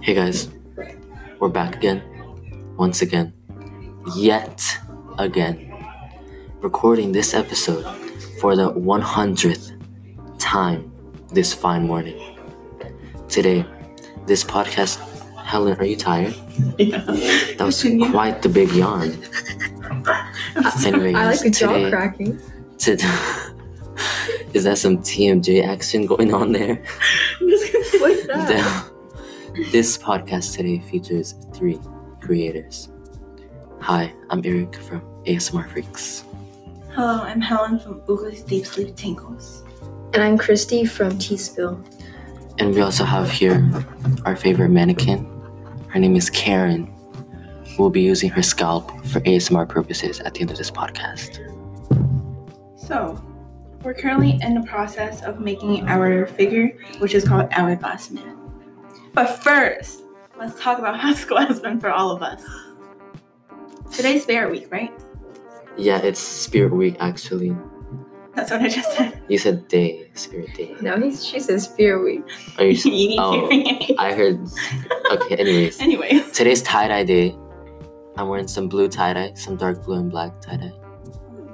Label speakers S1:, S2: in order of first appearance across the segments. S1: Hey guys, we're back again. Once again. Yet again. Recording this episode for the 100th time this fine morning. Today, this podcast. Helen, are you tired?
S2: Yeah.
S1: That was
S2: Continue.
S1: quite the big yawn. Anyways,
S2: I like the jaw
S1: today,
S2: cracking.
S1: today is that some TMJ action going on there?
S2: What's that?
S1: The- uh, this podcast today features three creators. Hi, I'm Eric from ASMR Freaks.
S3: Hello, I'm Helen from Oogly's Deep Sleep Tingles.
S4: And I'm Christy from Teaspill.
S1: And we also have here our favorite mannequin. Her name is Karen. We'll be using her scalp for ASMR purposes at the end of this podcast.
S3: So, we're currently in the process of making our figure, which is called Hourglass Man. But first, let's talk about how school has been for all of us. Today's Bear Week, right?
S1: Yeah, it's Spirit Week actually.
S3: That's what I just said.
S1: You said day, Spirit Day.
S4: Now he's, she says Fear Week.
S1: Are you?
S3: you need
S1: Oh.
S3: hearing aids.
S1: I heard. Okay, anyways.
S3: Anyways,
S1: Today's tie dye day. I'm wearing some blue tie dye, some dark blue and black tie dye.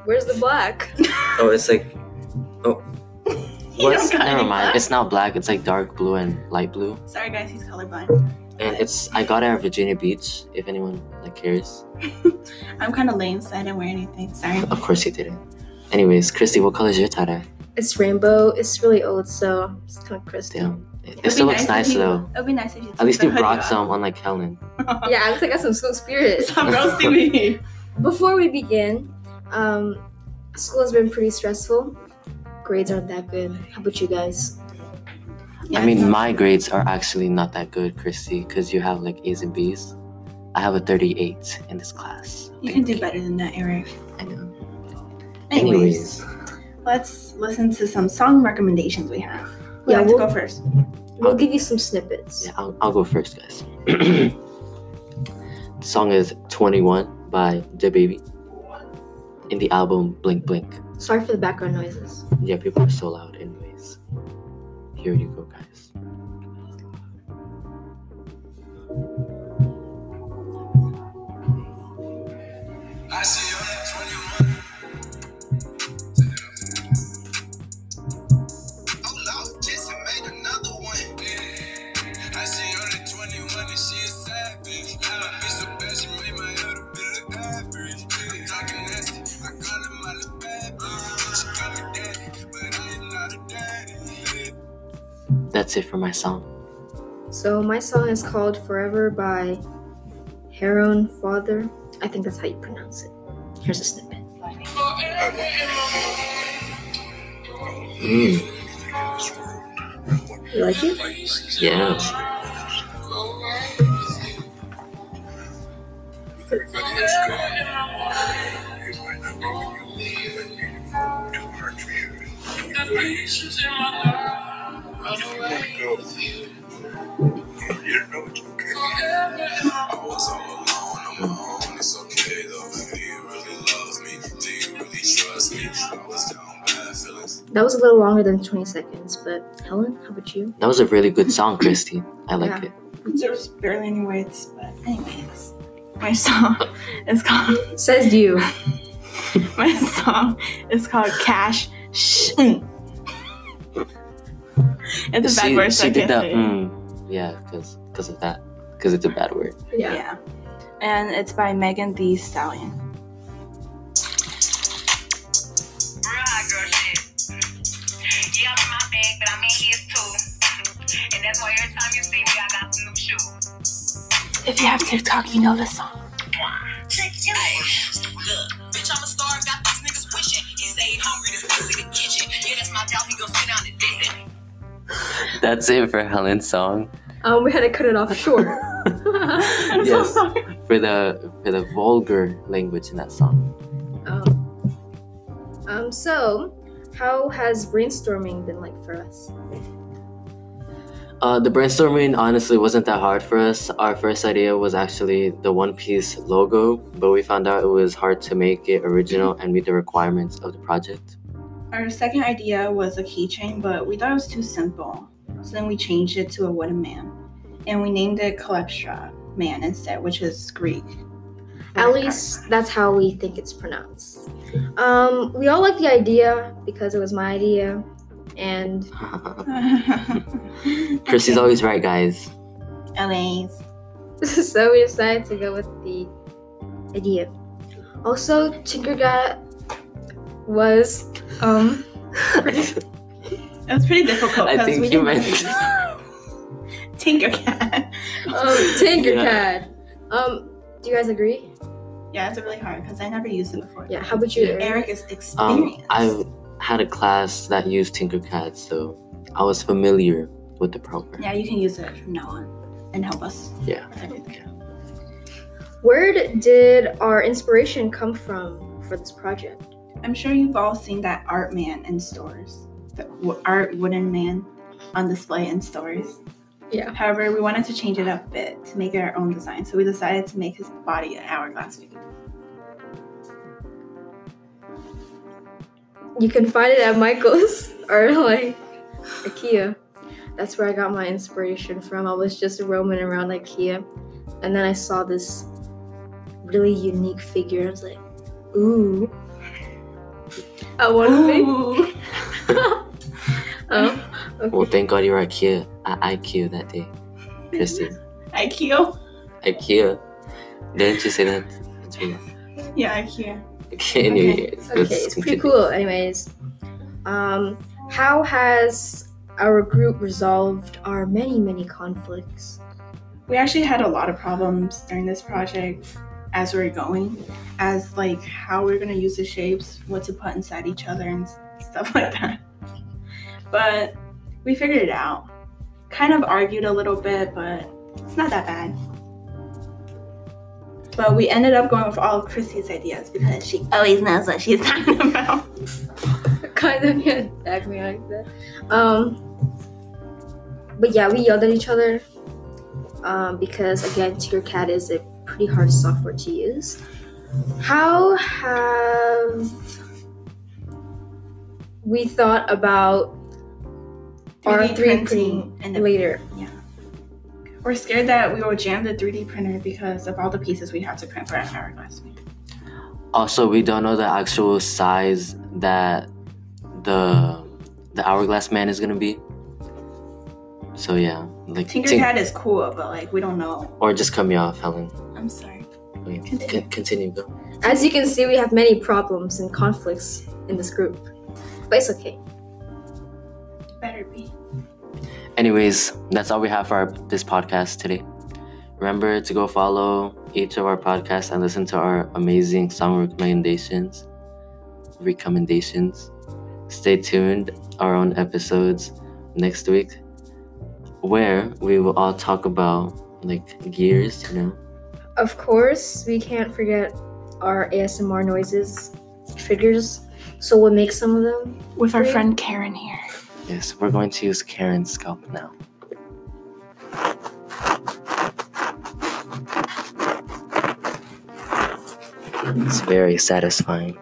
S4: Where's the black?
S1: Oh, it's like, oh.
S3: You
S1: What's,
S3: don't got
S1: never mind.
S3: any black?
S1: It's not black. It's like dark blue and light blue.
S3: sorry guys, he's colorblind.
S1: And it's I got it at Virginia Beach. If anyone like cares,
S3: I'm kind of lame, so I didn't wear anything. Sorry.
S1: of course you didn't. Anyways, Christy, what color is your tie dye?
S4: It's rainbow. It's really old, so it's kind of Christy.
S1: Damn, it, it
S3: It'd
S1: still
S3: be
S1: looks
S3: nice
S1: nice
S3: if you-
S1: though.
S3: It would be nice if you took
S1: At least
S3: the
S1: you
S3: hoodie
S1: brought
S3: off.
S1: some, unlike Helen.
S4: Yeah, I looks like I got some school spirit.
S3: Stop roasting me.
S4: Before we begin, um, school has been pretty stressful. Grades aren't that good. How about you guys?
S3: Yeah,
S1: I mean,
S3: so-
S1: my grades are actually not that good, Christy, because you have like A's and B's. I have a 38 in this class. I
S3: you can do
S1: think.
S3: better than that, Eric.
S1: I know.
S3: Anyways.
S1: Anyways,
S3: Let's listen to some song recommendations we have. Who
S4: Yeah,
S3: yeah, like to
S4: we'll-
S3: go first.
S4: We'll give you some snippets.
S1: yeah, I'll, I'll go first, guys. the song is 21 by The Baby in the album Blink Blink.
S4: Sorry for the background noises.
S1: Yeah, people are so loud, anyways. Here you go, guys.
S5: I see you in 21. Oh no, Jesse made another one. I see you in 21 and she a savage. Uh, bitch so bad she made my other bitch look average. I'm talking nasty, I call him my little bad bitch. She call me daddy, but I am not a daddy.
S1: That's it for my song.
S4: So my song is called Forever by Heron Father. I think that's how you pronounce it. Here's a snippet.
S5: Forever in my mind.
S1: Mm,
S4: You like it?
S1: yeah.
S4: That was a little longer than 20 seconds, but Helen, how about you?
S1: That was a really good song, Christy. I like
S4: Yeah.
S1: it.
S3: There's barely any words, but anyways. My song is called
S4: Says you.
S3: my song is called Cash Sh. mm. It's a bad word, so I
S1: she did
S3: can't
S1: that.
S3: say it.
S1: Mm, yeah, because because of that. Because it's a bad word.
S3: Yeah. And it's by Megan Thee Stallion.
S6: real hot girl shit. Yeah, I'm in my bag, but I'm in his too. And that's why every time you see me, I got some new shoes.
S3: If you have TikTok, you know this song.
S6: Look, bitch, I'm a star, got these niggas wishing. He say he hungry, this niggas in the kitchen. Yeah, that's my doubt, he gon' sit down and diss it.
S1: That's it for Helen's song.
S4: Um, we had to cut it off short.
S3: I'm so
S1: Yes.
S3: sorry.
S1: For the for the vulgar language in that song.
S4: um, um, so, how has brainstorming been like for us?
S1: Uh, the brainstorming honestly wasn't that hard for us. Our first idea was actually the One Piece logo, but we found out it was hard to make it original and meet the requirements of the project.
S3: Our second idea was a keychain, but we thought it was too simple. So then we changed it to a wooden man. and we named it Calypstra Man instead, which is Greek.
S4: At least that's how we think it's pronounced. Um, we all like the idea because it was my idea, and
S1: Chrissy's always right, guys.
S3: LA's.
S4: so we decided to go with the idea. Also, Tinkergat was um
S3: It was pretty difficult.
S1: I
S3: 'cause
S1: think
S3: we
S1: you
S3: didn't
S1: meant-
S3: really- Tinkercad.
S4: um Tinkercad. Um, do you guys agree?
S3: Yeah, it's really hard because I never used it before.
S4: Yeah. How about you? Eric?
S3: Eric is
S1: Um,
S3: experienced.
S1: I had a class that used Tinkercad, so I was familiar with the program.
S3: Yeah, you can use it from now on and help us.
S1: Yeah.
S3: with everything.
S4: Where did our inspiration come from for this project?
S3: I'm sure you've all seen that art man in stores, the w- art wooden man on display in stores.
S4: Yeah.
S3: However, we wanted to change it up a bit to make it our own design, so we decided to make his body an hourglass figure.
S4: You can find it at Michael's or like IKEA. That's where I got my inspiration from. I was just roaming around IKEA and then I saw this really unique figure. I was like, ooh. I want to make.
S3: Ooh.
S4: Oh,
S1: Well, thank God you're IKEA at IQ that day, Christy.
S3: IKEA.
S1: IKEA. Didn't you say that? That's me.
S3: Yeah, IKEA.
S1: Okay, anyway,
S3: Okay.
S1: let's
S4: okay. It's pretty
S1: continue.
S4: cool. Anyways, um, how has our group resolved our many, many conflicts?
S3: we actually had a lot of problems during this project as we are going as like how we're going to use the shapes what to put inside each other and s- stuff like that but we figured it out kind of argued a little bit but it's not that bad but we ended up going with all of Chrissy's ideas because she always knows what she's talking about.
S4: kind of yeah, back me like that. Um, but yeah, we yelled at each other um, because again, Tinkercad is a pretty hard software to use. How have we thought about our
S3: 3D
S4: 3D
S3: printing
S4: printing
S3: and the-
S4: later?
S3: We're scared that we will jam the 3D printer because of all the pieces we have to print for an hourglass.
S1: Also, we don't know the actual size that the the hourglass man is gonna be. So yeah, like Tink-
S3: Tinkercad is cool, but like we don't know.
S1: or just cut me off, Helen.
S3: I'm sorry.
S1: Wait,
S3: Continue.
S1: con- continue. Go.
S4: As you can see, we have many problems and conflicts in this group, but it's okay.
S3: Better be.
S1: Anyways, that's all we have for our, this podcast today. Remember to go follow each of our podcasts and listen to our amazing song recommendations. Recommendations. Stay tuned. Our own episodes next week, where we will all talk about like gears. You know,
S4: Of course, we can't forget our ASMR noises triggers, so we'll make some of them.
S3: With
S4: our friend
S3: Karen here.
S1: yes, we're going to use Karen's scalp now. It's very satisfying.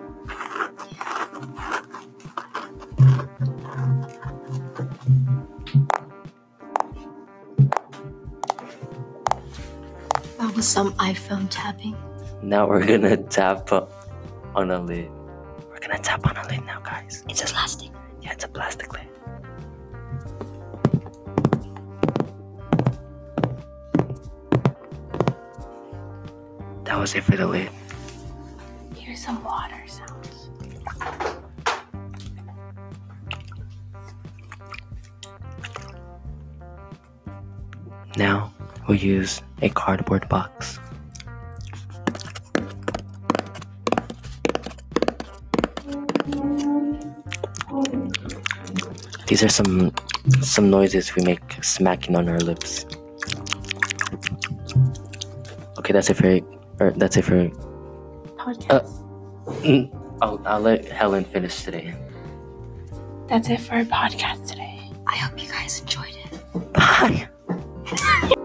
S4: That was some iPhone tapping.
S1: Now we're gonna tap on a lid. We're gonna tap on a lid now, guys. It's a plastic. Yeah, it's a plastic lid. That was it for the lid.
S3: Here's some water sound.
S1: Now we'll use a cardboard box. These are some some noises we make smacking on our lips. Okay, that's it for or that's it for Uh,
S3: Podcast.
S1: I'll, I'll let Helen finish today.
S3: That's it for our podcast today.
S4: I hope you guys enjoyed it.
S1: Bye.